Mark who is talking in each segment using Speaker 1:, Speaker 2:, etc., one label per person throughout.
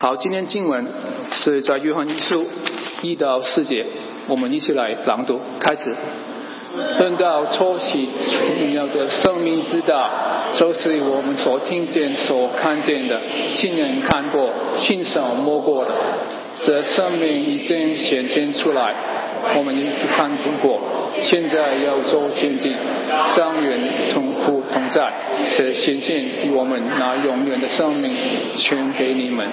Speaker 1: 好，今天经文是在约翰一书一到四节，我们一起来朗读，开始。论到初期重要的生命之道，就是我们所听见、所看见的，亲眼看过、亲手摸过的。这生命已经显现出来，我们已经看过，现在要做见证，张远同父同在，这显现与我们拿永远的生命全给你们。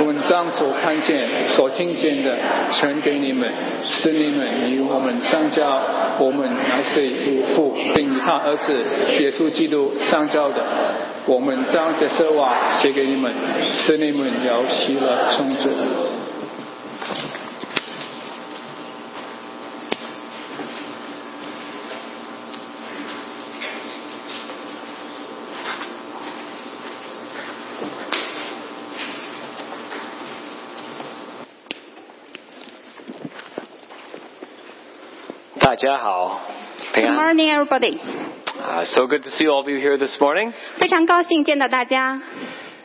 Speaker 1: 我们将所看见、所听见的传给你们，使你们与我们相交。我们乃是与父，并与他儿子耶稣基督相交的。我们将这些话写给你们，使你们有喜乐充足。
Speaker 2: 大家好，平
Speaker 3: Good
Speaker 2: 安
Speaker 3: morning, everybody.
Speaker 2: 啊、s o good to see all of you here this morning,
Speaker 3: 非常高兴见到大家。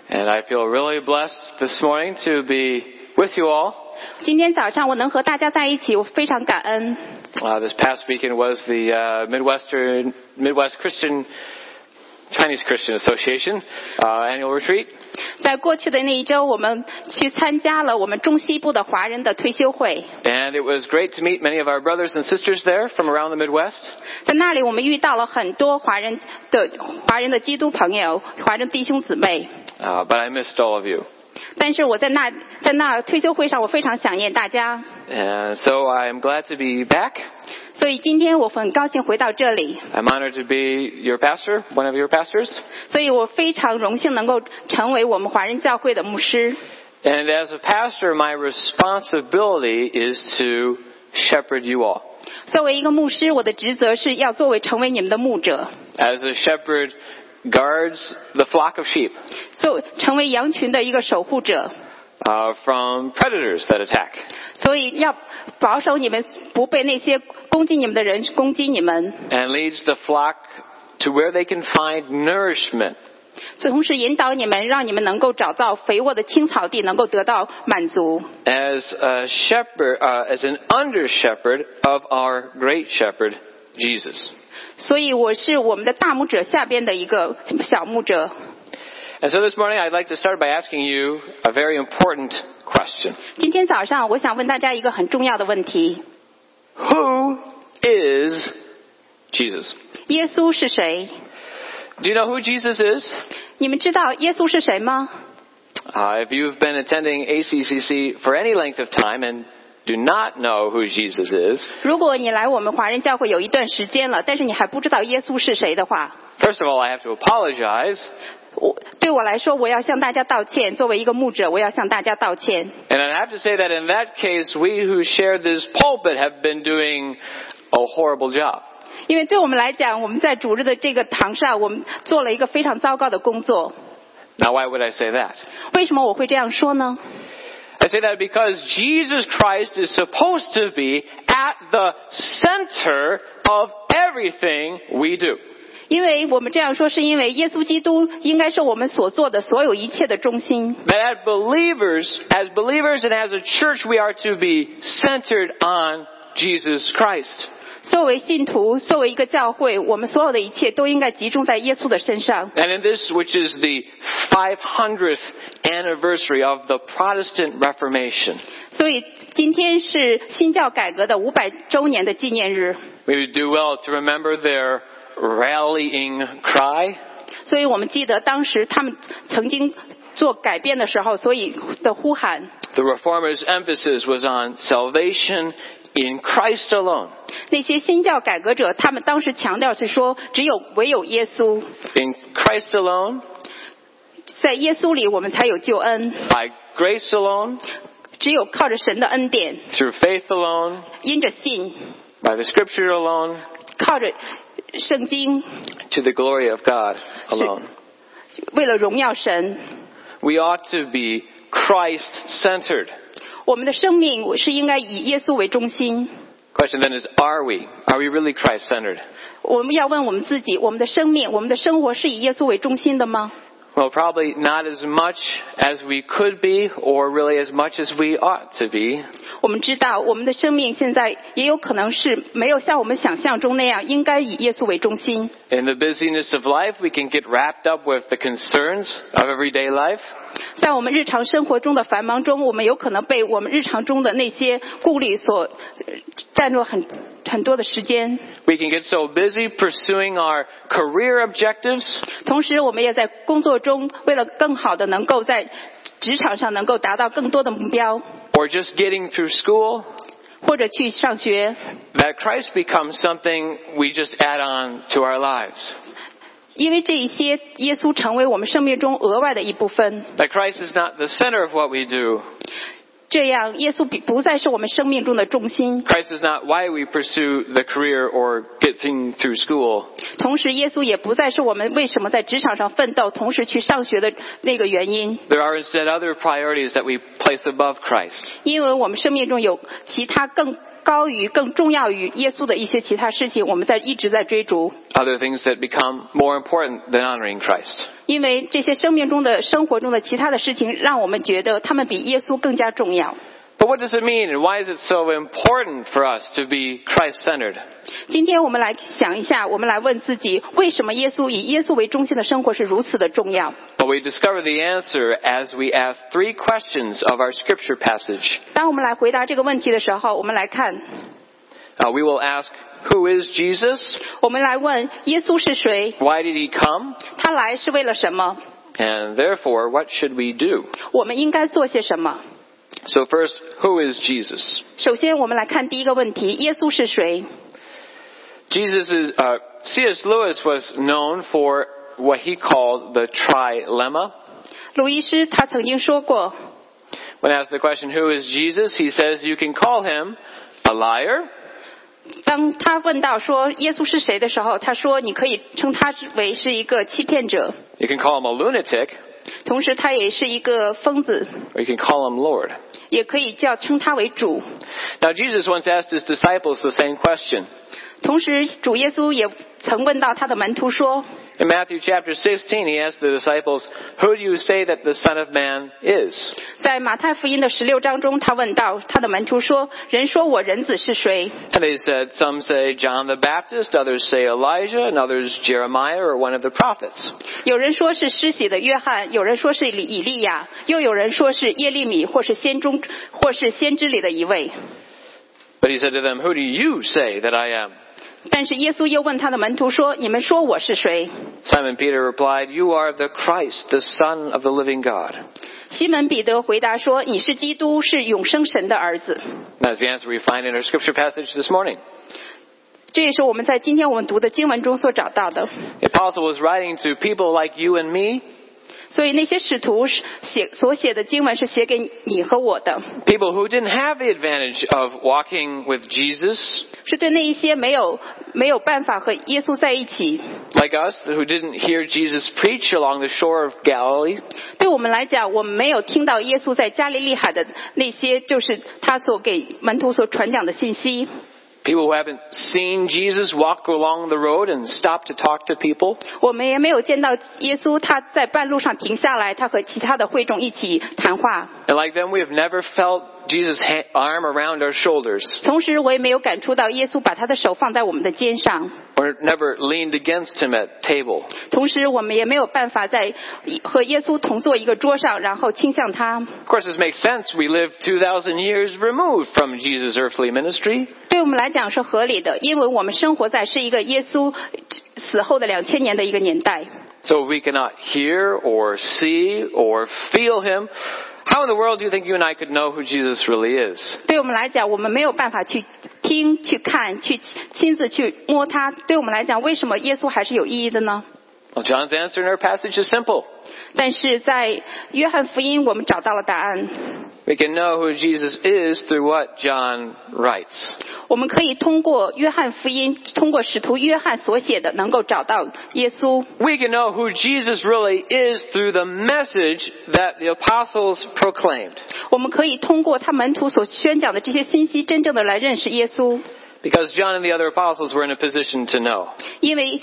Speaker 2: and I feel really blessed this morning to be with you all.
Speaker 3: 今天早上我能和大家在一起，我非常感恩。
Speaker 2: Uh, this past weekend was the uh, Midwestern Midwest Christian Chinese Christian Association uh, annual retreat,
Speaker 3: 在过去的那一周，我们去参加了我们中西部的华人的退休会，
Speaker 2: and it was great to meet many of our brothers and sisters there from around the Midwest.
Speaker 3: 在那里我们遇到了很多华人的华人的基督朋友、华人弟兄姊妹。
Speaker 2: Uh, but I missed all of you,
Speaker 3: 但是我在那在那儿退休会上，我非常想念大家。
Speaker 2: and so I am glad to be back.
Speaker 3: 所以今天我很高兴回到这里，
Speaker 2: I'm honored to be your pastor, one of your pastors.
Speaker 3: 所以我非常荣幸能够成为我们华人教会的牧师。
Speaker 2: And as a pastor, my responsibility is to shepherd you all.
Speaker 3: 作为一个牧师，我的职责是要作为成为你们的牧者，
Speaker 2: As a shepherd guards the flock of sheep
Speaker 3: 做成为羊群的一个守护者，
Speaker 2: uh, from predators that attack.
Speaker 3: 所以要保守你们不被那些攻击你们的人攻击你们，
Speaker 2: and leads the flock to where they can find nourishment.
Speaker 3: 同时引导你们，让你们能够找到肥沃的青草地，能够得到满足。
Speaker 2: As a shepherd, uh, as an under shepherd of our great shepherd, Jesus.
Speaker 3: 所以我是我们的大牧者下边的一个小牧者。
Speaker 2: And so this morning I'd like to start by asking you a very important question.
Speaker 3: 今天早上，我想问大家一个很重要的问题：
Speaker 2: Who is Jesus?
Speaker 3: 耶稣是谁？
Speaker 2: Do you know who Jesus is?
Speaker 3: 你们知道耶稣是谁吗？
Speaker 2: Uh, if you've been attending ACCC for any length of time and do not know who Jesus is,
Speaker 3: 如果你来我们华人教会有一段时间了，但是你还不知道耶稣是谁的话，
Speaker 2: first of all, I have to apologize,
Speaker 3: 我对我来说，我要向大家道歉。作为一个牧者，我要向大家道歉。
Speaker 2: and I have to say that in that case, we who share this pulpit have been doing a horrible job.
Speaker 3: 因为对我们来讲，我们在主日的这个堂上，我们做了一个非常糟糕的工作。
Speaker 2: Now, why would I say that?
Speaker 3: 为什么我会这样说呢？
Speaker 2: I say that because Jesus Christ is supposed to be at the center of everything we do.
Speaker 3: 因为我们这样说，是因为耶稣基督应该是我们所做的所有一切的中心。
Speaker 2: That as believers, as believers and as a church, we are to be centered on Jesus Christ.
Speaker 3: 作为信徒，作为一个教会，我们所有的一切都应该集中在耶稣的身上。
Speaker 2: And in this, which is the 500th anniversary of the Protestant Reformation,
Speaker 3: 所以今天是新教改革的五百周年的纪念日，
Speaker 2: we would do well to remember their rallying cry,
Speaker 3: 所以我们记得当时他们曾经做改变的时候，所以的呼喊。
Speaker 2: The reformers' emphasis was on salvation in Christ alone.
Speaker 3: 那些新教改革者，他们当时强调是说，只有唯有耶稣，
Speaker 2: In Christ alone,
Speaker 3: 在耶稣里我们才有救恩，
Speaker 2: by grace alone,
Speaker 3: 只有靠着神的恩典，
Speaker 2: through faith alone,
Speaker 3: 因着信，
Speaker 2: by the scripture alone,
Speaker 3: 靠着圣经，
Speaker 2: to the glory of God alone.
Speaker 3: 为了荣耀神，
Speaker 2: We ought to be Christ centered.
Speaker 3: 我们的生命是应该以耶稣为中心。
Speaker 2: Question then is, are we? Are we really Christ centered?
Speaker 3: 我们要问我们自己：我们的生命、我们的生活是以耶稣为中心的吗？
Speaker 2: Well, probably not as much as we could be, or really as much as we ought to be.
Speaker 3: 我们知道，我们的生命现在也有可能是没有像我们想象中那样，应该以耶稣为中心。
Speaker 2: In the busyness of life, we can get wrapped up with the concerns of everyday life.
Speaker 3: 在我们日常生活中的繁忙中，我们有可能被我们日常中的那些顾虑所呃占住很很多的时间。
Speaker 2: We can get so busy pursuing our career objectives
Speaker 3: 同时，我们也在工作中，为了更好的能够在职场上能够达到更多的目标，
Speaker 2: or just getting through school
Speaker 3: 或者去上学，
Speaker 2: that Christ becomes something we just add on to our lives.
Speaker 3: 因为这一些耶稣成为我们生命中额外的一部分。
Speaker 2: That Christ is not the center of what we do.
Speaker 3: 这样，耶稣比不再是我们生命中的重心，
Speaker 2: Christ is not why we pursue the career or getting through school.
Speaker 3: 同时，耶稣也不再是我们为什么在职场上奋斗，同时去上学的那个原因。
Speaker 2: There are instead other priorities that we place above Christ.
Speaker 3: 因为我们生命中有其他更高于、更重要于耶稣的一些其他事情，我们在一直在追逐。
Speaker 2: Other things that become more important than honoring Christ.
Speaker 3: 因为这些生命中的、生活中的其他的事情，让我们觉得他们比耶稣更加重要。
Speaker 2: But what does it mean and why is it so important for us to be Christ-centered?
Speaker 3: 今天我们来想一下，我们来问自己，为什么耶稣以耶稣为中心的生活是如此的重要？
Speaker 2: Well, we discover the answer as we ask three questions of our scripture passage.
Speaker 3: 当我们来回答这个问题的时候，我们来看，
Speaker 2: Uh, we will ask, who is Jesus?
Speaker 3: 我们来问耶稣是谁，
Speaker 2: Why did he come?
Speaker 3: 他来是为了什么？
Speaker 2: And therefore, what should we do?
Speaker 3: 我们应该做些什么？
Speaker 2: So first, who is Jesus?
Speaker 3: 首先，我们来看第一个问题：耶稣是谁？
Speaker 2: Jesus is, uh, C.S. Lewis was known for what he called the trilemma.
Speaker 3: 鲁医师他曾经说过，
Speaker 2: When asked the question, who is Jesus? He says, you can call him a liar,
Speaker 3: 当他问到说耶稣是谁的时候，他说你可以称他之为是一个欺骗者，
Speaker 2: you can call him a lunatic,
Speaker 3: 同时他也是一个疯子，
Speaker 2: or you can call him Lord.
Speaker 3: 也可以叫称他为主。
Speaker 2: Now, Jesus once asked his disciples the same question.
Speaker 3: 同时，主耶稣也曾问到他的门徒说，
Speaker 2: In Matthew chapter 16, he asked the disciples, Who do you say that the Son of Man is?
Speaker 3: 在马太福音的十六章中，他问到他的门徒说，人说我人子是谁？
Speaker 2: And they said, Some say John the Baptist, others say Elijah, and others Jeremiah or one of the prophets.
Speaker 3: 有人说是施洗的约翰，有人说是以利亚，又有人说是耶利米，或是先中，或是先知里的一位。
Speaker 2: But he said to them, Who do you say that I am?
Speaker 3: 但是耶稣又问他的门徒说：“你们说我是谁
Speaker 2: Simon Peter replied, You are the Christ, the Son of the living God.？”
Speaker 3: 西门彼得回答说：“你是基督，是永生神的儿子。
Speaker 2: That's the answer we find in our scripture passage this morning. ”
Speaker 3: 这也是我们在今天我们读的经文中所找到的。
Speaker 2: The apostle was writing to people like you and me,
Speaker 3: 所以那些使徒是写所写的经文是写给你和我的，
Speaker 2: people who didn't have the advantage of walking with Jesus,
Speaker 3: 是对那一些没有没有办法和耶稣在一起。
Speaker 2: like us, who didn't hear Jesus preach along the shore of Galilee.
Speaker 3: 对我们来讲，我们没有听到耶稣在加利利海的那些，就是他所给门徒所传讲的信息。
Speaker 2: People who haven't seen Jesus walk along the road and stop to talk to people.
Speaker 3: 我们也没有见到耶稣他在半路上停下来，他和其他的会众一起谈话。
Speaker 2: And like them, we have never felt Jesus' ha- arm around our shoulders
Speaker 3: 同时，我也没有感触到耶稣把他的手放在我们的肩上。
Speaker 2: or never leaned against him at table.
Speaker 3: 同时，我们也没有办法在和耶稣同坐一个桌上，然后倾向他。
Speaker 2: Of course, this makes sense. We live 2,000 years removed from Jesus' earthly ministry.
Speaker 3: 对我们来讲是合理的，因为我们生活在是一个耶稣死后的两千年的一个年代。
Speaker 2: So we cannot hear or see or feel him. How in the world do you think you and I could know who Jesus really is?
Speaker 3: 对我们来讲，我们没有办法去听、去看、去亲自去摸他。对我们来讲，为什么耶稣还是有意义的呢？
Speaker 2: Well, John's answer in our passage is simple.
Speaker 3: 但是在约翰福音，我们找到了答案。
Speaker 2: We can know who Jesus is through what John writes.
Speaker 3: 我们可以通过约翰福音，通过使徒约翰所写的，能够找到耶稣。
Speaker 2: We can know who Jesus really is through the message that the apostles proclaimed.
Speaker 3: 我们可以通过他门徒所宣讲的这些信息，真正的来认识耶稣。
Speaker 2: Because John and the other apostles were in a position to know.
Speaker 3: 因为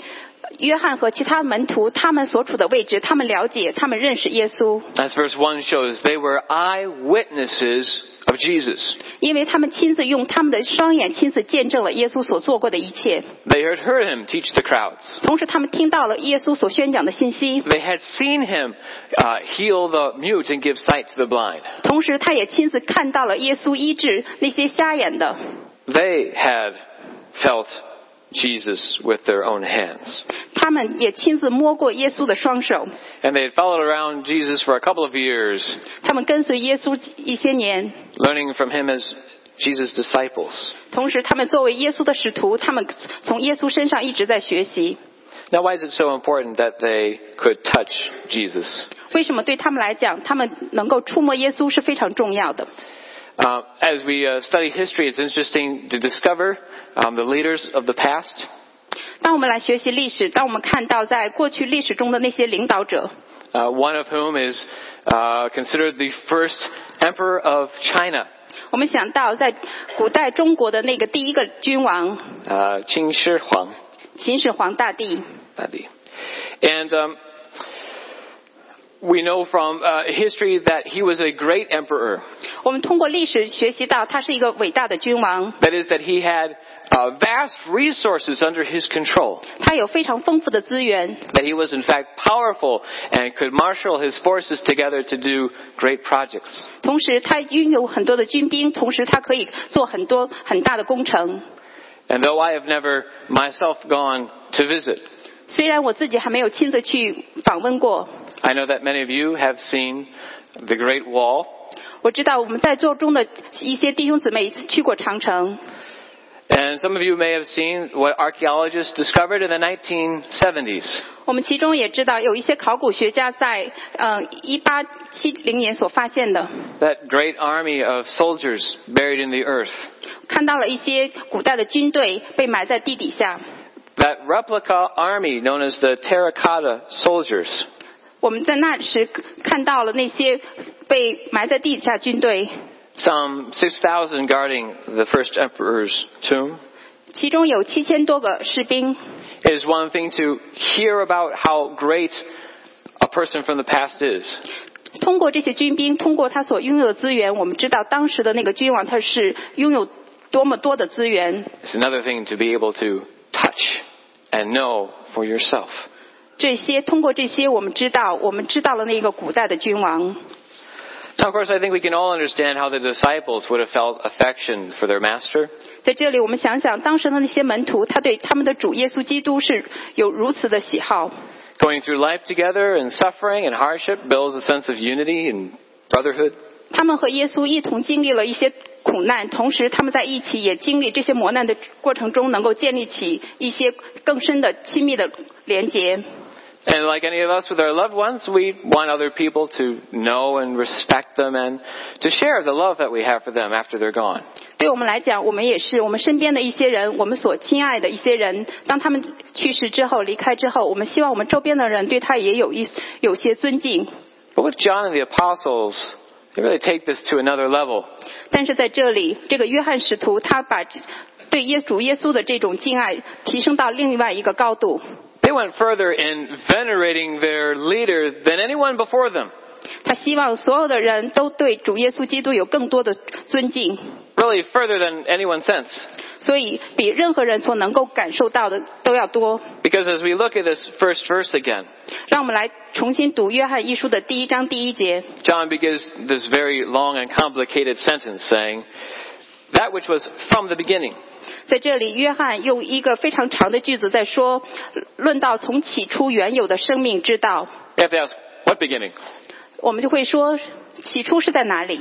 Speaker 3: 约翰和其他门徒他们所处的位置，他们了解，他们认识耶稣，
Speaker 2: As verse 1 shows, they were eyewitnesses of Jesus.
Speaker 3: 因为他们亲自用他们的双眼亲自见证了耶稣所做过的一切，
Speaker 2: They had heard him teach the crowds.
Speaker 3: 同时他们听到了耶稣所宣讲的信息，
Speaker 2: They had seen him uh, heal the mute and give sight to the blind.
Speaker 3: 同时他也亲自看到了耶稣医治那些瞎眼的，
Speaker 2: They had felt Jesus with their own hands.
Speaker 3: 他们也亲自摸过耶稣的双手，
Speaker 2: And they had followed around Jesus for a couple of years,
Speaker 3: 他们跟随耶稣一些年，
Speaker 2: learning from him as Jesus' disciples.
Speaker 3: 同时他们作为耶稣的使徒，他们从耶稣身上一直在学习。
Speaker 2: Now, why is it so important that they could touch Jesus?
Speaker 3: 为什么对他们来讲，他们能够触摸耶稣是非常重要的？
Speaker 2: Uh, as we uh, study history, it's interesting to discover um, the leaders of the past.
Speaker 3: 当我们来学习历史，当我们看到在过去历史中的那些领导者，
Speaker 2: uh, one of whom is uh, considered the first emperor of China,
Speaker 3: 我们想到在古代中国的那个第一个君王
Speaker 2: uh, Qin Shi Huang.
Speaker 3: 秦始皇大帝，
Speaker 2: And um, we know from uh, history that he was a great emperor.
Speaker 3: 我们通过历史学习到他是一个伟大的君王，
Speaker 2: That is, that he had uh, vast resources under his control.
Speaker 3: 他有非常丰富的资源，
Speaker 2: That he was, in fact, powerful and could marshal his forces together to do great projects.
Speaker 3: 同时他拥有很多的军兵，同时他可以做很多很大的工程。
Speaker 2: And though I have never myself gone to visit,
Speaker 3: 虽然我自己还没有亲自去访问过，
Speaker 2: I know that many of you have seen the Great Wall.
Speaker 3: 我知道我们在座中的一些弟兄姊妹去过长城，
Speaker 2: And some of you may have seen what archaeologists discovered in the 1970s.
Speaker 3: 我们其中也知道有一些考古学家在呃一八七零年所发现的，
Speaker 2: That great army of soldiers buried in the earth.
Speaker 3: 看到了一些古代的军队被埋在地底下。
Speaker 2: That replica army known as the terracotta soldiers.
Speaker 3: 我们在那时看到了那些被埋在地底下军队，
Speaker 2: Some 6,000 guarding the first emperor's tomb.
Speaker 3: 其中有七千多个士兵。
Speaker 2: It is one thing to hear about how great a person from the past is.
Speaker 3: 通过这些军兵，通过他所拥有的资源，我们知道当时的那个君王他是拥有多么多的资源。
Speaker 2: It's another thing to be able to touch and know for yourself.
Speaker 3: 这些通过这些，我们知道，我们知道了那个古代的君王。
Speaker 2: Now, of course, I think we can all understand how the disciples would have felt affection for their master.
Speaker 3: 在这里，我们想想当时的那些门徒，他对他们的主耶稣基督是有如此的喜好。
Speaker 2: Going through life together and suffering and hardship builds a sense of unity and brotherhood.
Speaker 3: 他们和耶稣一同经历了一些苦难，同时他们在一起也经历这些磨难的过程中，能够建立起一些更深的亲密的连结。
Speaker 2: And like any of us with our loved ones, we want other people to know and respect them and to share the love that we have for them after they're gone.
Speaker 3: 对我们来讲，我们也是我们身边的一些人，我们所亲爱的一些人，当他们去世之后、离开之后，我们希望我们周边的人对他也有一有些尊敬。
Speaker 2: But with John and the apostles, they really take this to another level.
Speaker 3: 但是在这里，这个约翰使徒他把这对耶主耶稣的这种敬爱提升到另外一个高度。
Speaker 2: They went further in venerating their leader than anyone before them.
Speaker 3: 他希望所有的人都对主耶稣基督有更多的尊敬，
Speaker 2: Really further than anyone since.
Speaker 3: 所以比任何人所能够感受到的都要多。
Speaker 2: Because as we look at this first verse again,
Speaker 3: 让我们来重新读约翰一书的第一章第一节。
Speaker 2: John begins this very long and complicated sentence saying, That which was from the beginning.
Speaker 3: 在这里，约翰用一个非常长的句子在说，论到从起初原有的生命之道，
Speaker 2: We have to ask, what beginning?
Speaker 3: 我们就会说，起初是在哪里？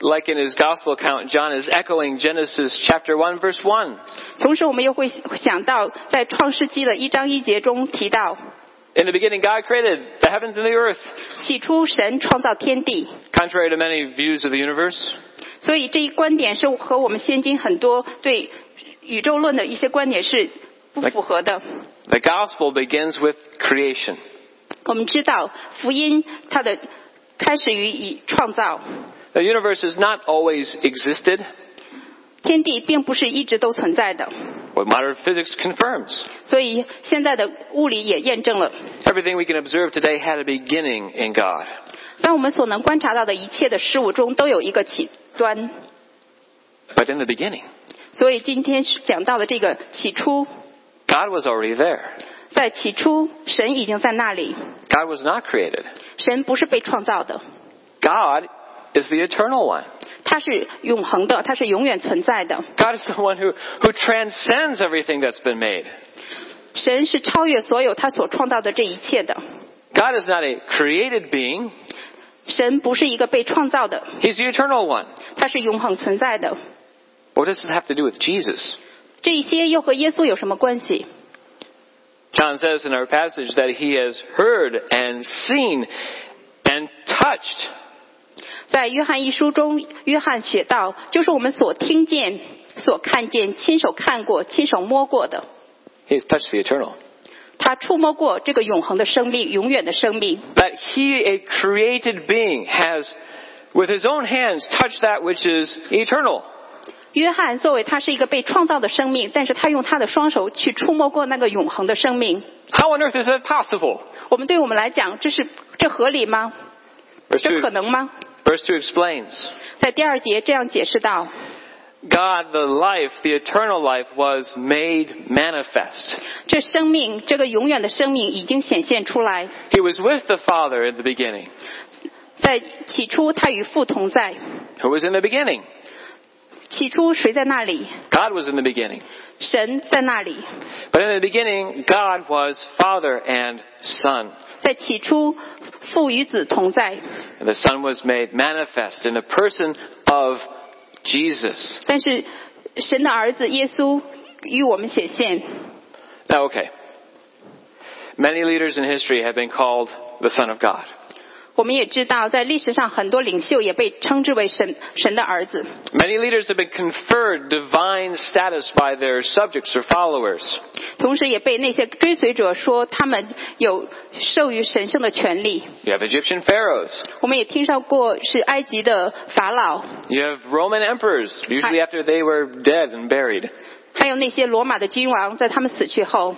Speaker 2: Like in his gospel account, John is echoing Genesis chapter 1 verse 1.
Speaker 3: 同时，我们又会想到，在创世纪的一章一节中提到，
Speaker 2: In the beginning, God created the heavens and the earth.
Speaker 3: 起初神创造天地。
Speaker 2: Contrary to many views of the universe,
Speaker 3: 所以这一观点是和我们现今很多对宇宙论的一些观点是不符合的。
Speaker 2: the gospel begins with creation.
Speaker 3: 我们知道福音它的开始于以创造，
Speaker 2: The universe has not always existed.
Speaker 3: 天地并不是一直都存在的。
Speaker 2: Well, what modern physics confirms.
Speaker 3: 所以现在的物理也验证了，
Speaker 2: Everything we can observe today had a beginning in God.
Speaker 3: 当我们所能观察到的一切的事物中都有一个起端。
Speaker 2: But in the beginning,
Speaker 3: 所以今天讲到的这个起初，
Speaker 2: God was already there.
Speaker 3: 在起初，神已经在那里，
Speaker 2: God was not created.
Speaker 3: 神不是被创造的，
Speaker 2: God is the eternal one.
Speaker 3: 他是永恒的，他是永远存在的。
Speaker 2: God is the one who, who transcends everything that's been made.
Speaker 3: 神是超越所有他所创造的这一切的。
Speaker 2: God is not a created being.
Speaker 3: 神不是一个被创造的，
Speaker 2: He's the eternal one.
Speaker 3: 他是永恒存在的。
Speaker 2: What does this have to do with Jesus?
Speaker 3: 这一些又和耶稣有什么关系？
Speaker 2: John says in our passage that he has heard and seen and touched.
Speaker 3: 在约翰一书中，约翰写道：“就是我们所听见、所看见、亲手看过、亲手摸过的，
Speaker 2: He has touched the eternal.
Speaker 3: 他触摸过这个永恒的生命、永远的生命。
Speaker 2: That he, a created being, has with his own hands touched that which is eternal. ”
Speaker 3: 约翰作为他是一个被创造的生命，但是他用他的双手去触摸过那个永恒的生命。
Speaker 2: How on earth is that possible?
Speaker 3: 我们对我们来讲，这是这合理吗？
Speaker 2: Verse
Speaker 3: 这
Speaker 2: 2,
Speaker 3: 可能吗？
Speaker 2: verse 2 explains
Speaker 3: 在第二节这样解释道：
Speaker 2: God, the life, the eternal life, was made manifest.
Speaker 3: 这生命，这个永远的生命已经显现出来。
Speaker 2: He was with the Father in the beginning,
Speaker 3: 在起初，他与父同在。
Speaker 2: who was in the beginning.
Speaker 3: 起初，谁在那里？
Speaker 2: God was in the beginning.
Speaker 3: 神在那里。
Speaker 2: But in the beginning, God was Father and Son.
Speaker 3: 在起初，父与子同在。
Speaker 2: And the Son was made manifest in the person of Jesus.
Speaker 3: 但是，神的儿子耶稣与我们显现。
Speaker 2: Now, Oh, okay. Many leaders in history have been called the Son of God.
Speaker 3: 我们也知道，在历史上很多领袖也被称之为神神的儿子。
Speaker 2: Many leaders have been conferred divine status by their subjects or followers.
Speaker 3: 同时也被那些追随者说他们有授予神圣的权利。
Speaker 2: You have Egyptian pharaohs.
Speaker 3: 我们也听到过是埃及的法老，
Speaker 2: You have Roman emperors, usually after they were dead and buried.
Speaker 3: 还有那些罗马的君王，在他们死去后，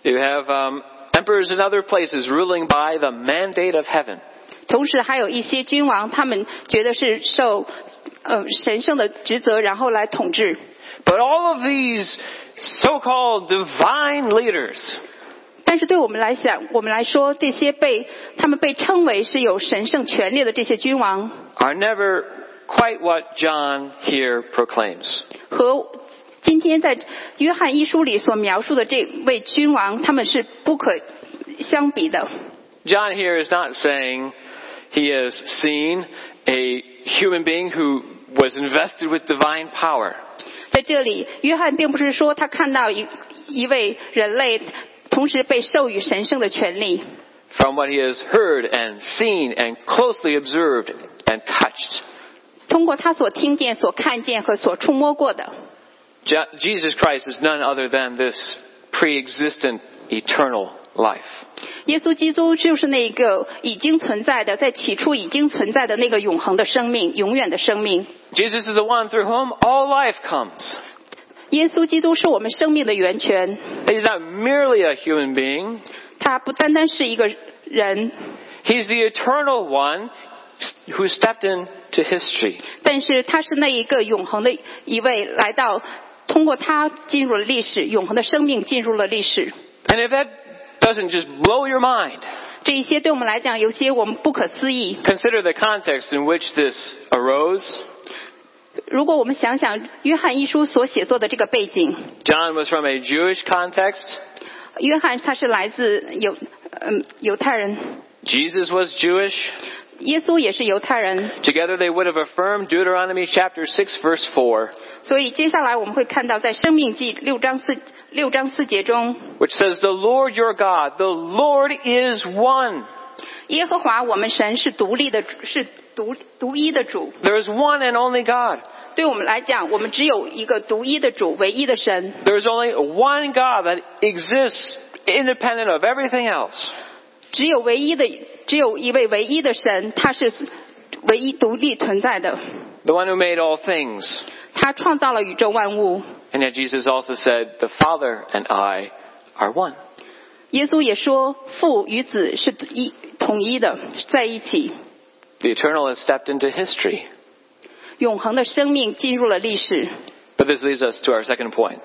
Speaker 2: You have um, emperors in other places ruling by the mandate of heaven.
Speaker 3: 同时还有一些君王，他们觉得是受呃神圣的职责，然后来统治。
Speaker 2: But all of these so-called divine leaders
Speaker 3: 但是对我们来讲，我们来说，这些被他们被称为是有神圣权力的这些君王，
Speaker 2: are never quite what John here proclaims.
Speaker 3: 和今天在约翰一书里所描述的这位君王，他们是不可相比的。
Speaker 2: John here is not saying he has seen a human being who was invested with divine power.
Speaker 3: 在这里，约翰并不是说他看到一一位人类同时被授予神圣的权利，
Speaker 2: From what he has heard and seen and closely observed and touched.
Speaker 3: 通过他所听见、所看见和所触摸过的。
Speaker 2: Je- Jesus Christ is none other than this pre-existent eternal life.
Speaker 3: 耶稣基督就是那个已经存在的，在起初已经存在的那个永恒的生命、永远的生命。
Speaker 2: Jesus is the one through whom all life comes.
Speaker 3: 耶稣基督是我们生命的源泉，
Speaker 2: He's not merely a human being.
Speaker 3: 他不单单是一个人，
Speaker 2: He's the eternal one who stepped into history.
Speaker 3: 但是他是那一个永恒的一位，来到通过他进入了历史，永恒的生命进入了历史。
Speaker 2: And if that doesn't just blow your mind,
Speaker 3: 这一些对我们来讲，有些我们不可思议。
Speaker 2: consider the context in which this arose.
Speaker 3: 如果我们想想约翰一书所写作的这个背景，
Speaker 2: John was from a Jewish context.
Speaker 3: 约翰他是来自犹嗯犹太人，
Speaker 2: Jesus was Jewish.
Speaker 3: 耶稣也是犹太人，
Speaker 2: Together they would have affirmed Deuteronomy chapter 6 verse 4,
Speaker 3: 所以接下来我们会看到在《生命记》六章四六章四节中，
Speaker 2: which says, The Lord your God, the Lord is one.
Speaker 3: 耶和华我们神是独立的，是独独一的主。
Speaker 2: There is one and only God.
Speaker 3: 对我们来讲，我们只有一个独一的主，唯一的神。
Speaker 2: There is only one God that exists independent of everything else.
Speaker 3: 只有唯一的，只有一位唯一的神，他是唯一独立存在的。
Speaker 2: The one who made all things.
Speaker 3: 他创造了宇宙万物，
Speaker 2: And yet Jesus also said, The Father and I are one.
Speaker 3: 耶稣也说，父与子是一统一的，在一起。
Speaker 2: The eternal has stepped into history.
Speaker 3: 永恒的生命进入了历史。
Speaker 2: But this leads us to our second point.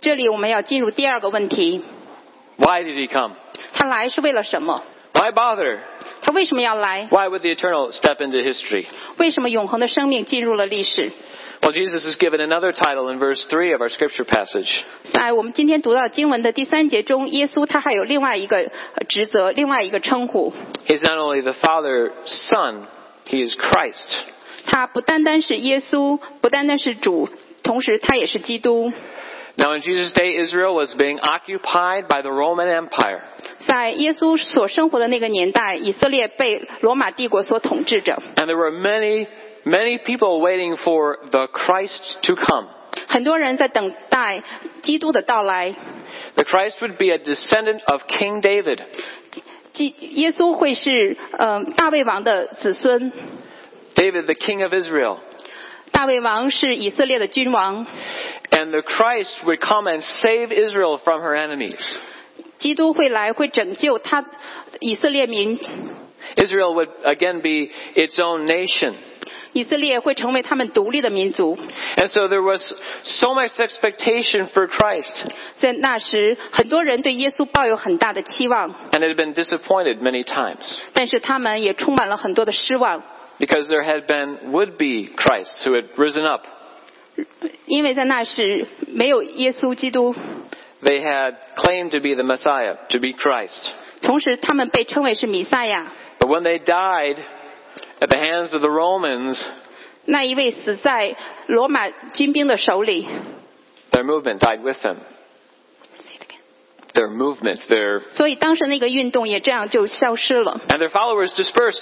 Speaker 3: 这里我们要进入第二个问题：
Speaker 2: Why did he come?
Speaker 3: 他来是为了什么？
Speaker 2: Why bother?
Speaker 3: 他为什么要来？
Speaker 2: Why would the eternal step into history?
Speaker 3: 为什么永恒的生命进入了历史？
Speaker 2: Well, Jesus is given another title in verse 3 of our scripture passage.
Speaker 3: 在我们今天读到经文的第三节中，耶稣他还有另外一个呃职责，另外一个称呼。
Speaker 2: He's not only the Father, Son, he is Christ.
Speaker 3: 他不单单是耶稣，不单单是主，同时他也是基督。
Speaker 2: Now, in Jesus' day, Israel was being occupied by the Roman Empire.
Speaker 3: 在耶稣所生活的那个年代，以色列被罗马帝国所统治着，
Speaker 2: And there were many, many people waiting for the Christ to come.
Speaker 3: 很多人在等待基督的到来。
Speaker 2: The Christ would be a descendant of King David.
Speaker 3: 基耶稣会是呃大卫王的子孙，
Speaker 2: David, the king of Israel.
Speaker 3: 大卫王是以色列的君王，
Speaker 2: And the Christ would come and save Israel from her enemies.
Speaker 3: 基督会来会拯救他以色列民，
Speaker 2: Israel would again be its own nation.
Speaker 3: 以色列会成为他们独立的民族。
Speaker 2: And so there was so much expectation for Christ,
Speaker 3: 在那时，很多人对耶稣抱有很大的期望，
Speaker 2: and it had been disappointed many times
Speaker 3: 但是他们也充满了很多的失望，
Speaker 2: because there had been would be Christs who had risen up.
Speaker 3: 因为在那时没有耶稣基督，
Speaker 2: They had claimed to be the Messiah, to be Christ.
Speaker 3: 同时他们被称为是弥赛亚。
Speaker 2: But when they died at the hands of the Romans,
Speaker 3: 那一位死在罗马军兵的手里，
Speaker 2: their movement died with them. Their movement, their
Speaker 3: 所以当时那个运动也这样就消失了。
Speaker 2: and their followers dispersed.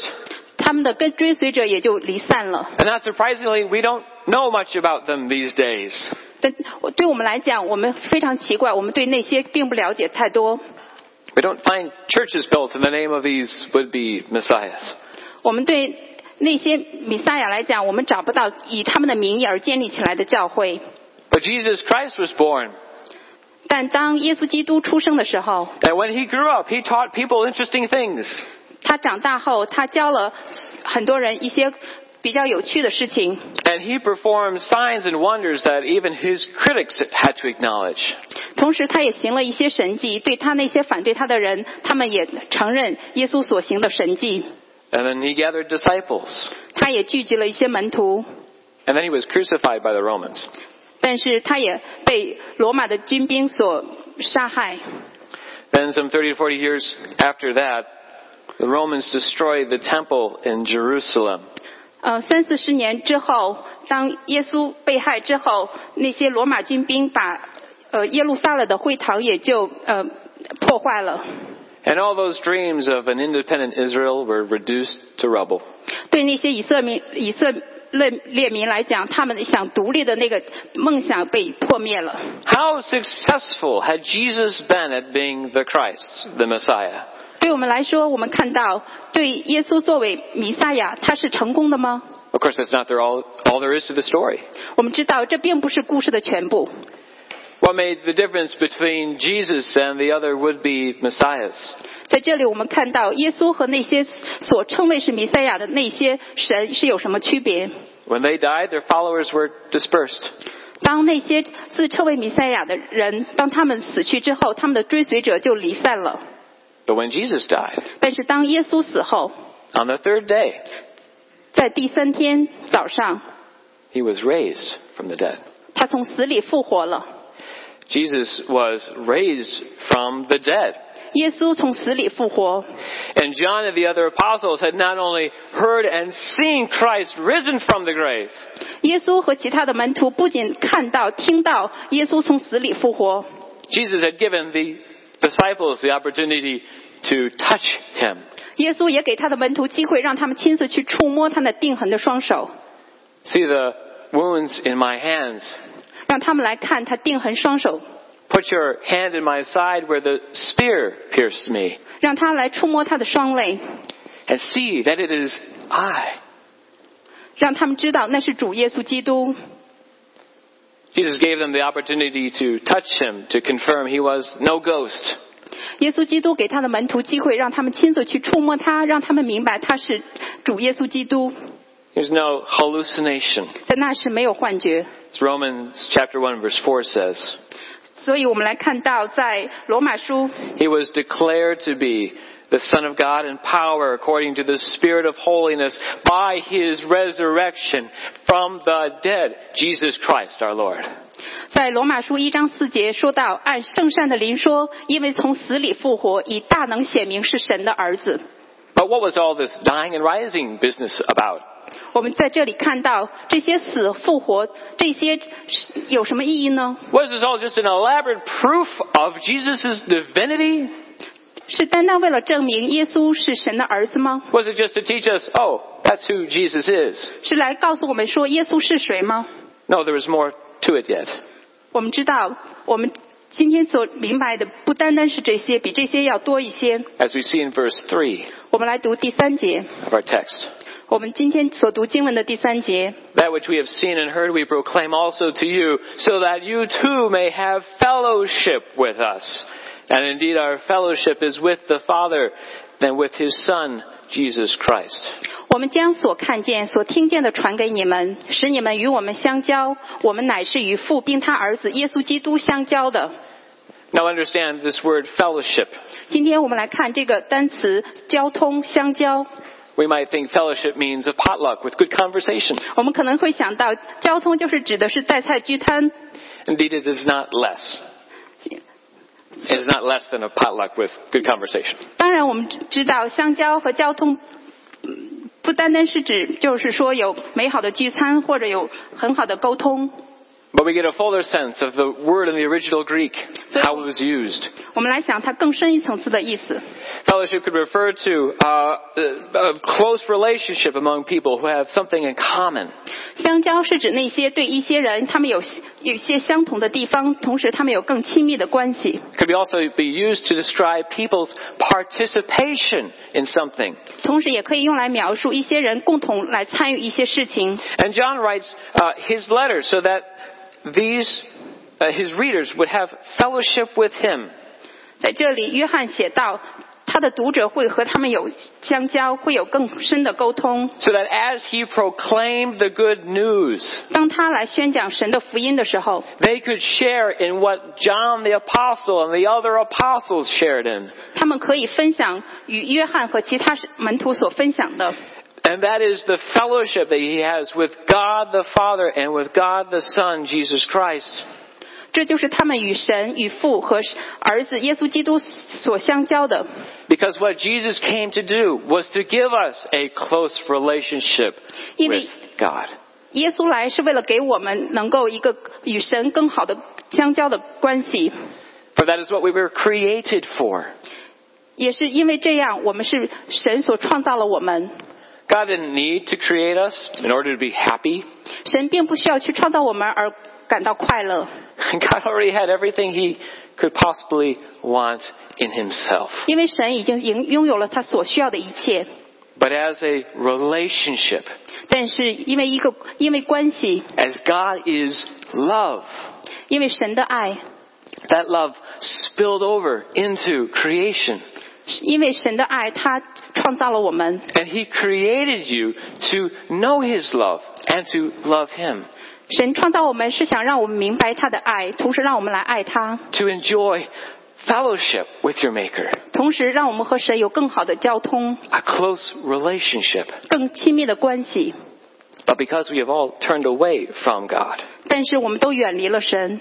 Speaker 3: 他们的跟追随者也就离散了。
Speaker 2: And not surprisingly, we don't know much about them these days.
Speaker 3: 但我对我们来讲，我们非常奇怪，我们对那些并不了解太多。
Speaker 2: We don't find churches built in the name of these would-be messiahs.
Speaker 3: 我们对那些弥赛亚来讲，我们找不到以他们的名义而建立起来的教会。
Speaker 2: But Jesus Christ was born.
Speaker 3: 但当耶稣基督出生的时候，
Speaker 2: And when he grew up, he taught people interesting things.
Speaker 3: 他长大后，他教了很多人一些比较有趣的事情。
Speaker 2: And he performed signs and wonders that even his critics had to acknowledge.
Speaker 3: 同时，他也行了一些神迹，对他那些反对他的人，他们也承认耶稣所行的神迹。
Speaker 2: And then he gathered disciples.
Speaker 3: 他也聚集了一些门徒，
Speaker 2: And then he was crucified by the Romans.
Speaker 3: 但是他也被罗马的军兵所杀害。
Speaker 2: Then some 30 to 40 years after that, the Romans destroyed the temple in Jerusalem.
Speaker 3: 呃，三四十年之后，当耶稣被害之后，那些罗马军兵把呃耶路撒冷的会堂也就呃破坏了，
Speaker 2: And all those dreams of an independent Israel were reduced to rubble.
Speaker 3: 对那些以色民以色列列民来讲，他们想独立的那个梦想被破灭了。
Speaker 2: How successful had Jesus been at being the Christ, the Messiah?
Speaker 3: 对我们来说，我们看到对耶稣作为弥赛亚，他是成功的吗？
Speaker 2: Of course, that's not there all, all there is to the story.
Speaker 3: 我们知道这并不是故事的全部。
Speaker 2: What made the difference between Jesus and the other would-be messiahs?
Speaker 3: 在这里，我们看到耶稣和那些所称为是弥赛亚的那些神是有什么区别？
Speaker 2: When they died, their followers were dispersed.
Speaker 3: 当那些自称为弥赛亚的人，当他们死去之后，他们的追随者就离散了。
Speaker 2: But when Jesus died,
Speaker 3: 但是当耶稣死后，
Speaker 2: on the third day,
Speaker 3: 在第三天早上，
Speaker 2: he was raised from the dead.
Speaker 3: 他从死里复活了。
Speaker 2: Jesus was raised from the dead.
Speaker 3: 耶稣从死里复活，
Speaker 2: And John and the other apostles had not only heard and seen Christ risen from the grave,
Speaker 3: 耶稣和其他的门徒不仅看到、听到耶稣从死里复活，
Speaker 2: Jesus had given the disciples the opportunity to touch him.
Speaker 3: 耶稣也给他的门徒机会，让他们亲自去触摸他那定痕的双手，
Speaker 2: See the wounds in my hands.
Speaker 3: 让他们来看他定痕双手
Speaker 2: Put your hand in my side where the spear pierced me,
Speaker 3: 让他来触摸他的双肋，
Speaker 2: and see that it is I.
Speaker 3: 让他们知道那是主耶稣基督。
Speaker 2: Jesus gave them the opportunity to touch him, to confirm he was no ghost.
Speaker 3: 耶稣基督给他的门徒机会，让他们亲自去触摸他，让他们明白他是主耶稣基督，
Speaker 2: There's no hallucination.
Speaker 3: 在那是没有幻觉。
Speaker 2: As Romans chapter 1 verse 4 says,
Speaker 3: 所以我们来看到，在罗马书
Speaker 2: He was declared to be the Son of God in power according to the Spirit of holiness by His resurrection from the dead, Jesus Christ our Lord.
Speaker 3: 在罗马书一章四节说到，按圣善的灵说，因为从死里复活，以大能显明是神的儿子。
Speaker 2: But what was all this dying and rising business about?
Speaker 3: 我们在这里看到这些死复活，这些是有什么意义呢？
Speaker 2: Was this all just an elaborate proof of Jesus' divinity?
Speaker 3: 是单单为了证明耶稣是神的儿子吗？
Speaker 2: Was it just to teach us, oh, that's who Jesus is?
Speaker 3: 是来告诉我们说耶稣是谁吗？
Speaker 2: No, there was more to it yet.
Speaker 3: 我们知道，我们今天所明白的不单单是这些，比这些要多一些。
Speaker 2: As we see in verse 3
Speaker 3: 我们来读第三节，
Speaker 2: of our text.
Speaker 3: 我们今天所读经文的第三节。
Speaker 2: That which we have seen and heard we proclaim also to you, so that you too may have fellowship with us. And indeed our fellowship is with the Father and with His Son, Jesus Christ.
Speaker 3: 我们将所看见、所听见的传给你们，使你们与我们相交。我们乃是与父并他儿子耶稣基督相交的。
Speaker 2: Now understand this word fellowship.
Speaker 3: 今天我们来看这个单词“交通”相交。
Speaker 2: We might think fellowship means a potluck with good conversation.
Speaker 3: 我们可能会想到，交通就是指的是带菜聚餐，
Speaker 2: Indeed it is not less. It is not less than a potluck with good conversation.
Speaker 3: 当然，我们知道香蕉和交通，嗯不单单是指就是说有美好的聚餐或者有很好的沟通。
Speaker 2: But we get a fuller sense of the word in the original Greek,
Speaker 3: So-
Speaker 2: how it was used.
Speaker 3: 我们来想它更深一层次的意思。
Speaker 2: Fellowship could refer to uh, a a close relationship among people who have something in common.
Speaker 3: 相交是指那些对一些人，他们有有一些相同的地方，同时他们有更亲密的关系。
Speaker 2: It could be also be used to describe people's participation in something.
Speaker 3: 同时，也可以用来描述一些人共同来参与一些事情。
Speaker 2: And John writes uh, his letter so that these uh, his readers would have fellowship with him.
Speaker 3: 在这里，约翰写道，他的读者会和他们有相交，会有更深的沟通。
Speaker 2: So that as he proclaimed the good news,
Speaker 3: 当他来宣讲神的福音的时候，
Speaker 2: they could share in what John the apostle and the other apostles shared in.
Speaker 3: 他们可以分享与约翰和其他门徒所分享的，
Speaker 2: And that is the fellowship that he has with God the Father and with God the Son, Jesus Christ.
Speaker 3: 这就是他们与神、与父和儿子耶稣基督所相交的。
Speaker 2: Because what Jesus came to do was to give us a close relationship
Speaker 3: He-
Speaker 2: with God.
Speaker 3: 耶稣来是为了给我们能够一个与神更好的相交的关系，
Speaker 2: For that is what we were created for.
Speaker 3: 也是因为这样，我们是神所创造了我们。
Speaker 2: God didn't need to create us in order to be happy.
Speaker 3: 神并不需要去创造我们而感到快乐，
Speaker 2: God already had everything he could possibly want in himself.
Speaker 3: 因为神已经拥拥有了他所需要的一切。
Speaker 2: But as a relationship,
Speaker 3: 但是因为一个因为关系，
Speaker 2: as God is love,
Speaker 3: 因为神的爱，
Speaker 2: that love spilled over into creation.
Speaker 3: 是因为神的爱，他创造了我们，
Speaker 2: And He created you to know His love and to love Him,
Speaker 3: 神创造我们是想让我们明白他的爱，同时让我们来爱他，
Speaker 2: to enjoy fellowship with your Maker,
Speaker 3: 同时让我们和神有更好的交通、
Speaker 2: a close relationship.
Speaker 3: 更亲密的关系。
Speaker 2: But because we have all turned away from God,
Speaker 3: 但是我们都远离了神，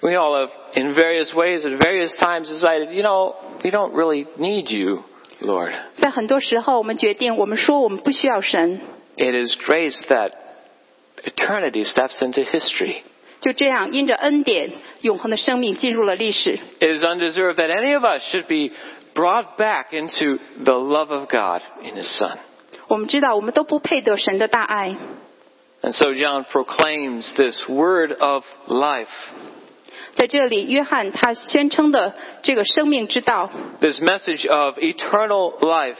Speaker 2: we all have, in various ways, at various times, decided, you know, we don't really need you, Lord.
Speaker 3: 在很多时候，我们决定，我们说我们不需要神，
Speaker 2: It is grace that eternity steps into history.
Speaker 3: 就这样因着恩典，永恒的生命进入了历史。
Speaker 2: It is undeserved that any of us should be brought back into the love of God in His Son.
Speaker 3: 我们知道，我们都不配得神的大爱，
Speaker 2: And so John proclaims this word of life,
Speaker 3: 在这里，约翰他宣称的这个生命之道，
Speaker 2: this message of eternal life.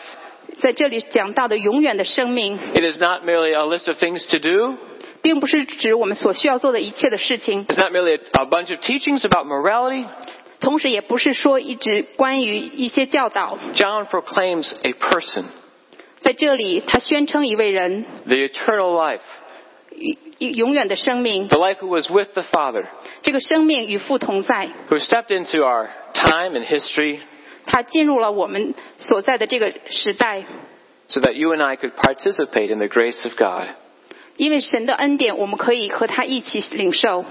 Speaker 3: 在这里讲到的永远的生命，
Speaker 2: It is not merely a list of things to do,
Speaker 3: 并不是指我们所需要做的一切的事情，
Speaker 2: It's not merely a, a bunch of teachings about morality.
Speaker 3: 同时也不是说一直关于一些教导。
Speaker 2: John proclaims a person,
Speaker 3: 在这里，他宣称一位人
Speaker 2: the eternal life,
Speaker 3: 与与永远的生命，
Speaker 2: the life who was with the Father,
Speaker 3: 这个生命与父同在，
Speaker 2: who stepped into our time and history
Speaker 3: 他进入了我们所在的这个时代。
Speaker 2: so that you and I could participate in the grace of God.
Speaker 3: 因为神的恩典，我们可以和他一起领受。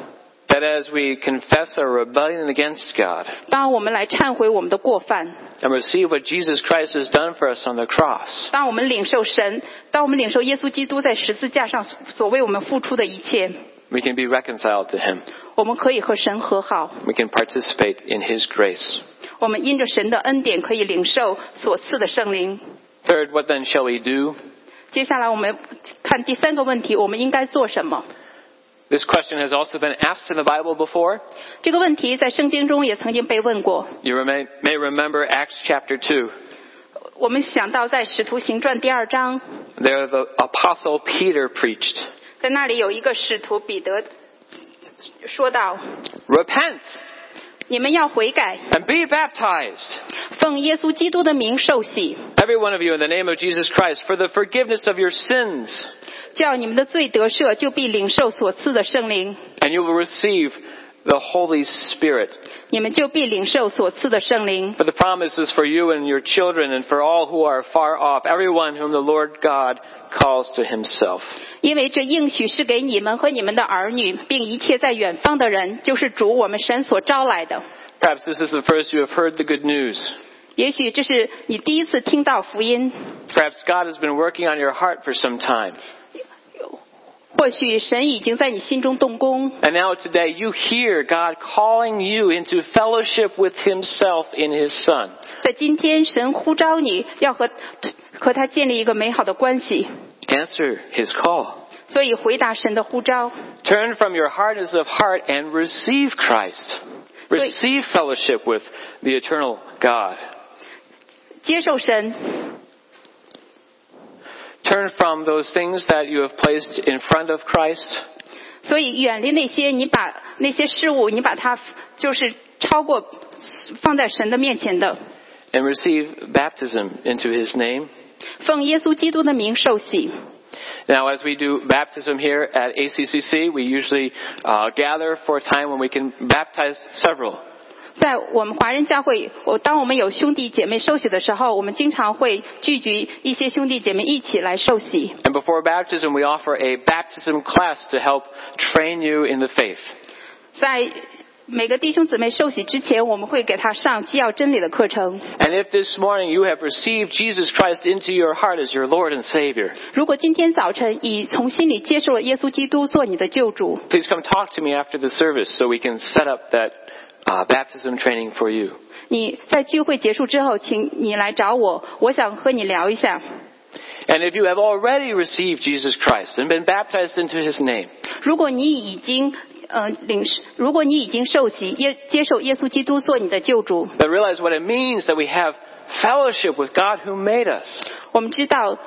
Speaker 2: That as we confess our rebellion against God
Speaker 3: 当我们来忏悔我们的过犯，
Speaker 2: and receive what Jesus Christ has done for us on the cross,
Speaker 3: 当我们领受神，当我们领受耶稣基督在十字架上所所为我们付出的一切，
Speaker 2: we can be reconciled to Him.
Speaker 3: 我们可以和神和好。
Speaker 2: We can participate in His grace.
Speaker 3: 我们因着神的恩典，可以领受所赐的圣灵。
Speaker 2: Third, what then shall we do?
Speaker 3: 接下来我们看第三个问题，我们应该做什么？
Speaker 2: This question has also been asked in the Bible before.
Speaker 3: 这个问题在圣经中也曾经被问过。
Speaker 2: You may, may remember Acts chapter 2.
Speaker 3: 我们想到在《使徒行传》第二章，
Speaker 2: There the apostle Peter preached,
Speaker 3: 在那里有一个使徒彼得说道
Speaker 2: repent：“
Speaker 3: 你们要悔改，
Speaker 2: and be baptized,
Speaker 3: 奉耶稣基督的名受洗，
Speaker 2: every one of you in the name of Jesus Christ for the forgiveness of your sins,
Speaker 3: 叫你们的罪得赦，就必领受所赐的圣灵。
Speaker 2: and you will receive the Holy Spirit.
Speaker 3: 你们就必领受所赐的圣灵。
Speaker 2: For the promise is for you and your children and for all who are far off, everyone whom the Lord God calls to himself.
Speaker 3: 因为这应许是给你们和你们的儿女，并一切在远方的人，就是主我们神所招来的。
Speaker 2: Perhaps this is the first you have heard the good news.
Speaker 3: 也许这是你第一次听到福音，
Speaker 2: Perhaps God has been working on your heart for some time.
Speaker 3: 或许神已经在你心中动工。
Speaker 2: And now today you hear God calling you into fellowship with Himself in His Son.
Speaker 3: 在今天，神呼召你要和和他建立一个美好的关系，
Speaker 2: Answer His call.
Speaker 3: 所以回答神的呼召，
Speaker 2: Turn from your hardness of heart and receive Christ. Receive fellowship with the eternal God.
Speaker 3: 接受神，
Speaker 2: Turn from those things that you have placed in front of Christ
Speaker 3: 所以远离那些你把那些事物，你把它就是超过放在神的面前的，
Speaker 2: and receive baptism into His name.
Speaker 3: 奉耶稣基督的名受洗。
Speaker 2: Now, as we do baptism here at ACCC, we usually uh, gather for a time when we can baptize several.
Speaker 3: 在我们华人教会，我当我们有兄弟姐妹受洗的时候，我们经常会聚集一些兄弟姐妹一起来受洗。
Speaker 2: And before baptism, we offer a baptism class to help train you in the faith.
Speaker 3: 在每个弟兄姊妹受洗之前，我们会给他上基要真理的课程。
Speaker 2: And if this morning you have received Jesus Christ into your heart as your Lord and Savior,
Speaker 3: 如果今天早晨已从心里接受了耶稣基督做你的救主，
Speaker 2: please come talk to me after the service so we can set up that uh, baptism training for you.
Speaker 3: 你在聚会结束之后，请你来找我，我想和你聊一下。
Speaker 2: And if you have already received Jesus Christ and been baptized into His name,
Speaker 3: 如果你已经呃领，如果你已经受洗耶接受耶稣基督做你的救主，
Speaker 2: then realize what it means that we have fellowship with God who made us.
Speaker 3: 我们知道，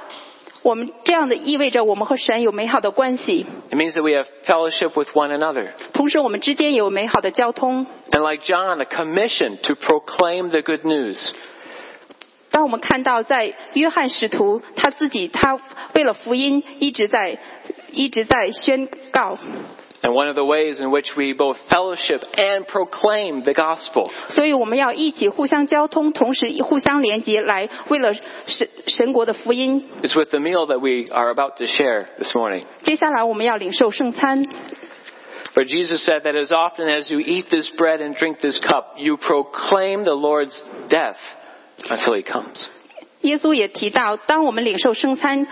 Speaker 3: 我们这样的意味着我们和神有美好的关系，
Speaker 2: It means that we have fellowship with one another.
Speaker 3: 同时我们之间有美好的交通。
Speaker 2: And like John, a commission to proclaim the good news.
Speaker 3: 当我们看到在约翰使徒他自己，他为了福音一直在一直在宣告，
Speaker 2: And one of the ways in which we both fellowship and proclaim the gospel
Speaker 3: 所以我们要一起互相交通，同时互相连接，来为了神神国的福音。
Speaker 2: is with the meal that we are about to share this morning.
Speaker 3: 接下来我们要领受圣餐，
Speaker 2: For Jesus said that as often as you eat this bread and drink this cup, you proclaim the Lord's death until he comes.
Speaker 3: 耶稣也提到，当我们领受圣餐、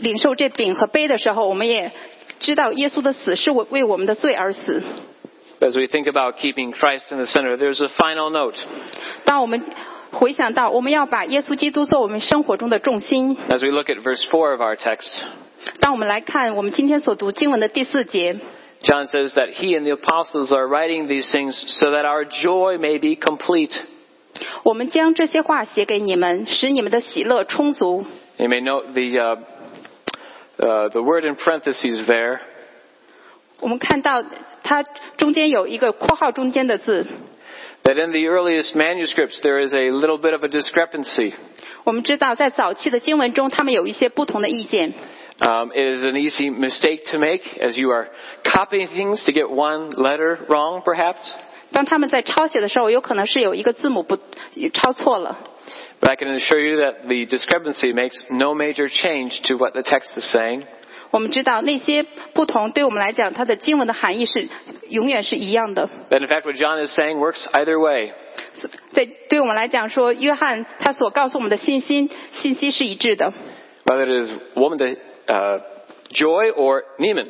Speaker 3: 领受这饼和杯的时候，我们也知道耶稣的死是为为我们的罪而死。
Speaker 2: As we think about keeping Christ in the center, there's a final note.
Speaker 3: 当我们回想到我们要把耶稣基督做我们生活中的重心，
Speaker 2: As we look at verse 4 of our text,
Speaker 3: 当我们来看我们今天所读经文的第四节，
Speaker 2: John says that he and the apostles are writing these things so that our joy may be complete.
Speaker 3: 我们将这些话写给你们，使你们的喜乐充足。
Speaker 2: You may note the, uh, uh, the word in parentheses there
Speaker 3: 我们看到它中间有一个括号中间的字，
Speaker 2: That in the earliest manuscripts there is a little bit of a discrepancy.
Speaker 3: 我们知道在早期的经文中，他们有一些不同的意见。
Speaker 2: Um, it is an easy mistake to make as you are copying things to get one letter wrong, perhaps.
Speaker 3: 当他们在抄写的时候，有可能是有一个字母不抄错了。
Speaker 2: But I can assure you that the discrepancy makes no major change to what the text is saying.
Speaker 3: 我们知道那些不同，对我们来讲，它的经文的含义是永远是一样的。
Speaker 2: That in fact what John is saying works either way.
Speaker 3: 所对，对我们来讲说，约翰他所告诉我们的信心信息是一致的。
Speaker 2: Whether it is woman to uh, joy or Neiman,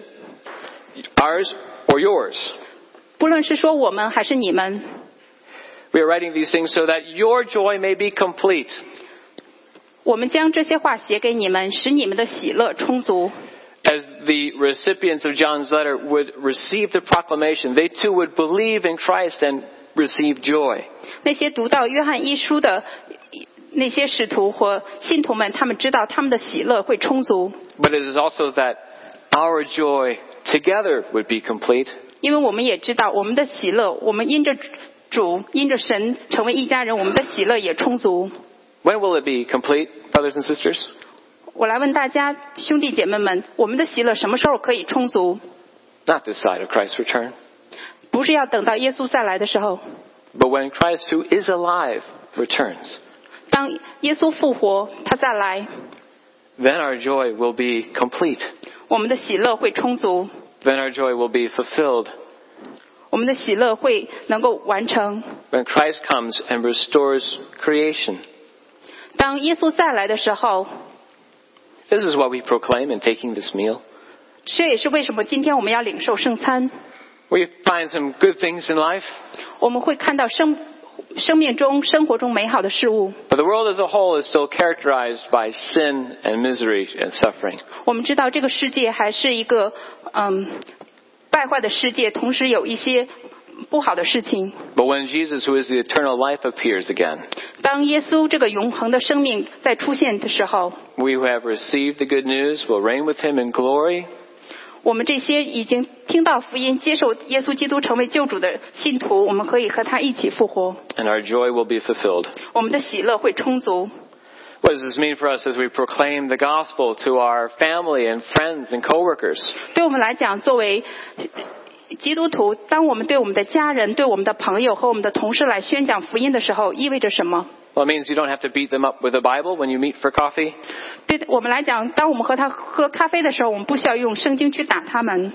Speaker 2: ours or yours.
Speaker 3: 不论是说我们还是你们，
Speaker 2: We are writing these things so that your joy may be complete.
Speaker 3: 我们将这些话写给你们，使你们的喜乐充足。
Speaker 2: As the recipients of John's letter would receive the proclamation, they too would believe in Christ and receive joy.
Speaker 3: 那些读到约翰一书的那些使徒或信徒们，他们知道他们的喜乐会充足，
Speaker 2: But it is also that our joy together would be complete.
Speaker 3: 因为我们也知道我们的喜乐，我们因着主、因着神成为一家人，我们的喜乐也充足。
Speaker 2: When will it be complete, brothers and sisters?
Speaker 3: 我来问大家，兄弟姐妹们，我们的喜乐什么时候可以充足？
Speaker 2: Not this side of Christ's return,
Speaker 3: 不是要等到耶稣再来的时候，
Speaker 2: but when Christ, who is alive, returns.
Speaker 3: 当耶稣复活，他再来，
Speaker 2: Then our joy will be complete.
Speaker 3: 我们的喜乐会充足，
Speaker 2: Then our joy will be fulfilled.
Speaker 3: 我们的喜乐会能够完成。
Speaker 2: When Christ comes and restores creation.
Speaker 3: 当耶稣再来的时候，
Speaker 2: This is what we proclaim in taking this meal.
Speaker 3: 这也是为什么今天我们要领受圣餐，
Speaker 2: We find some good things in life,
Speaker 3: 我们会看到生生命中、生活中美好的事物。
Speaker 2: but the world as a whole is still characterized by sin and misery and suffering.
Speaker 3: 我们知道这个世界还是一个嗯败坏的世界，同时有一些不好的事情。
Speaker 2: But when Jesus, who is the eternal life, appears again,
Speaker 3: 当耶稣这个永恒的生命在出现的时候，
Speaker 2: we who have received the good news will reign with him in glory.
Speaker 3: 我们这些已经听到福音、接受耶稣基督成为救主的信徒，我们可以和他一起复活，
Speaker 2: and our joy will be fulfilled.
Speaker 3: 我们的喜乐会充足。
Speaker 2: What does this mean for us as we proclaim the gospel to our family and friends and coworkers?
Speaker 3: 对我们来讲，作为基督徒，当我们对我们的家人、对我们的朋友和我们的同事来宣讲福音的时候，意味着什么？
Speaker 2: Well, it means you don't have to beat them up with a Bible when you meet for coffee.
Speaker 3: 对我们来讲，当我们和他喝咖啡的时候，我们不需要用圣经去打他们，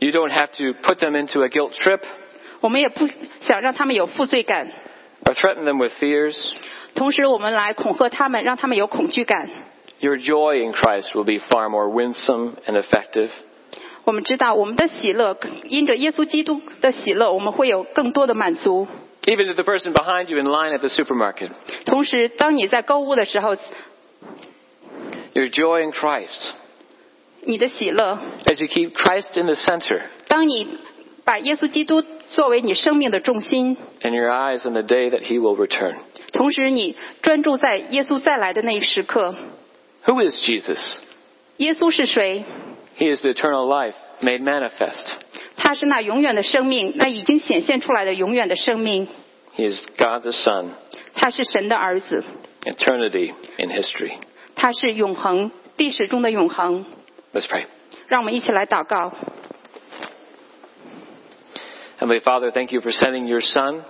Speaker 2: You don't have to put them into a guilt trip
Speaker 3: 我们也不想让他们有负罪感。
Speaker 2: or threaten them with fears.
Speaker 3: 同时，我们来恐吓他们，让他们有恐惧感。
Speaker 2: Your joy in Christ will be far more winsome and effective.
Speaker 3: 我们知道，我们的喜乐因着耶稣基督的喜乐，我们会有更多的满足。
Speaker 2: Even to the person behind you in line at the supermarket,
Speaker 3: 同时，当你在购物的时候，
Speaker 2: your joy in Christ.
Speaker 3: 你的喜乐；
Speaker 2: As you keep Christ in the center
Speaker 3: 当你把耶稣基督作为你生命的重心，
Speaker 2: and your eyes on the day that He will return.
Speaker 3: 同时你专注在耶稣再来的那一时刻。
Speaker 2: Who is Jesus?
Speaker 3: 耶稣是谁？
Speaker 2: He is the eternal life made manifest.
Speaker 3: 他是那永远的生命，那已经显现出来的永远的生命。
Speaker 2: He is God the Son,
Speaker 3: 他是神的儿子，
Speaker 2: eternity in history.
Speaker 3: 他是永恒历史中的永恒。
Speaker 2: Let's pray.
Speaker 3: 让我们一起来祷告，
Speaker 2: Heavenly Father, thank you for sending your Son.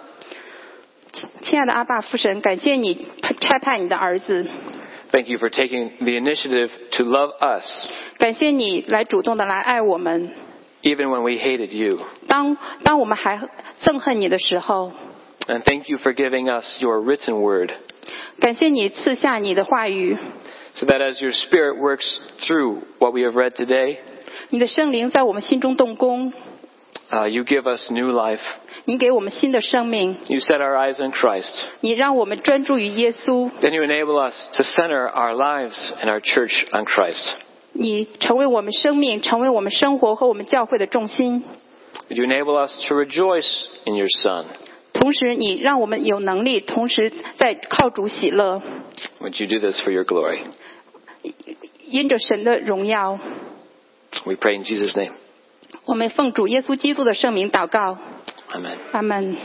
Speaker 3: 亲爱的阿爸父神，感谢你差派你的儿子，
Speaker 2: Thank you for taking the initiative to love us,
Speaker 3: 感谢你来主动的来爱我们。
Speaker 2: even when we hated you.
Speaker 3: 当当我们还憎恨你的时候，
Speaker 2: And thank you for giving us your written word,
Speaker 3: 感谢你赐下你的话语，
Speaker 2: so that as your Spirit works through what we have read today,
Speaker 3: 你的圣灵在我们心中动工，
Speaker 2: uh, you give us new life.
Speaker 3: 你给我们新的生命，
Speaker 2: You set our eyes on Christ.
Speaker 3: 你让我们专注于耶稣，
Speaker 2: Then you enable us to center our lives and our church on Christ.
Speaker 3: 你成为我们生命，成为我们生活和我们教会的重心。
Speaker 2: Would you enable us to rejoice in your Son?
Speaker 3: 同时，你让我们有能力，同时在靠主喜乐，
Speaker 2: Would you do this for your glory?
Speaker 3: 因着神的荣耀。
Speaker 2: We pray in Jesus' name. 我们奉主耶稣基督的圣名祷告，
Speaker 3: Amen.
Speaker 2: 阿门。